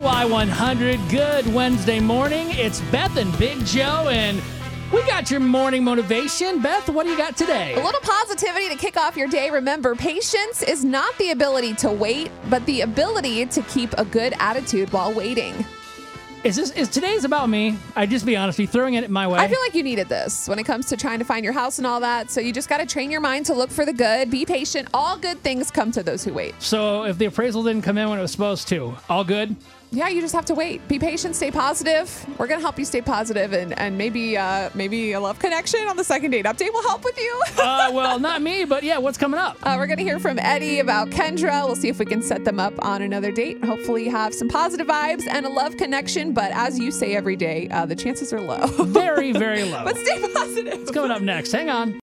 Fly 100. Good Wednesday morning. It's Beth and Big Joe, and we got your morning motivation. Beth, what do you got A today? little positivity to kick off your day. Remember, patience is not the ability to wait, but the ability to keep a good attitude while waiting. Is this is today's about me? I just be honest, you throwing it my way. I feel like you needed this when it comes to trying to find your house and all that. So you just got to train your mind to look for the good, be patient. All good things come to those who wait. so if the appraisal didn't come in when it was supposed to, all good. Yeah, you just have to wait. Be patient, stay positive. We're going to help you stay positive and and maybe uh maybe a love connection on the second date update will help with you. Uh, well, not me, but yeah, what's coming up? Uh, we're going to hear from Eddie about Kendra. We'll see if we can set them up on another date. Hopefully, have some positive vibes and a love connection. But as you say every day, uh, the chances are low. Very, very low. but stay positive. What's coming up next? Hang on.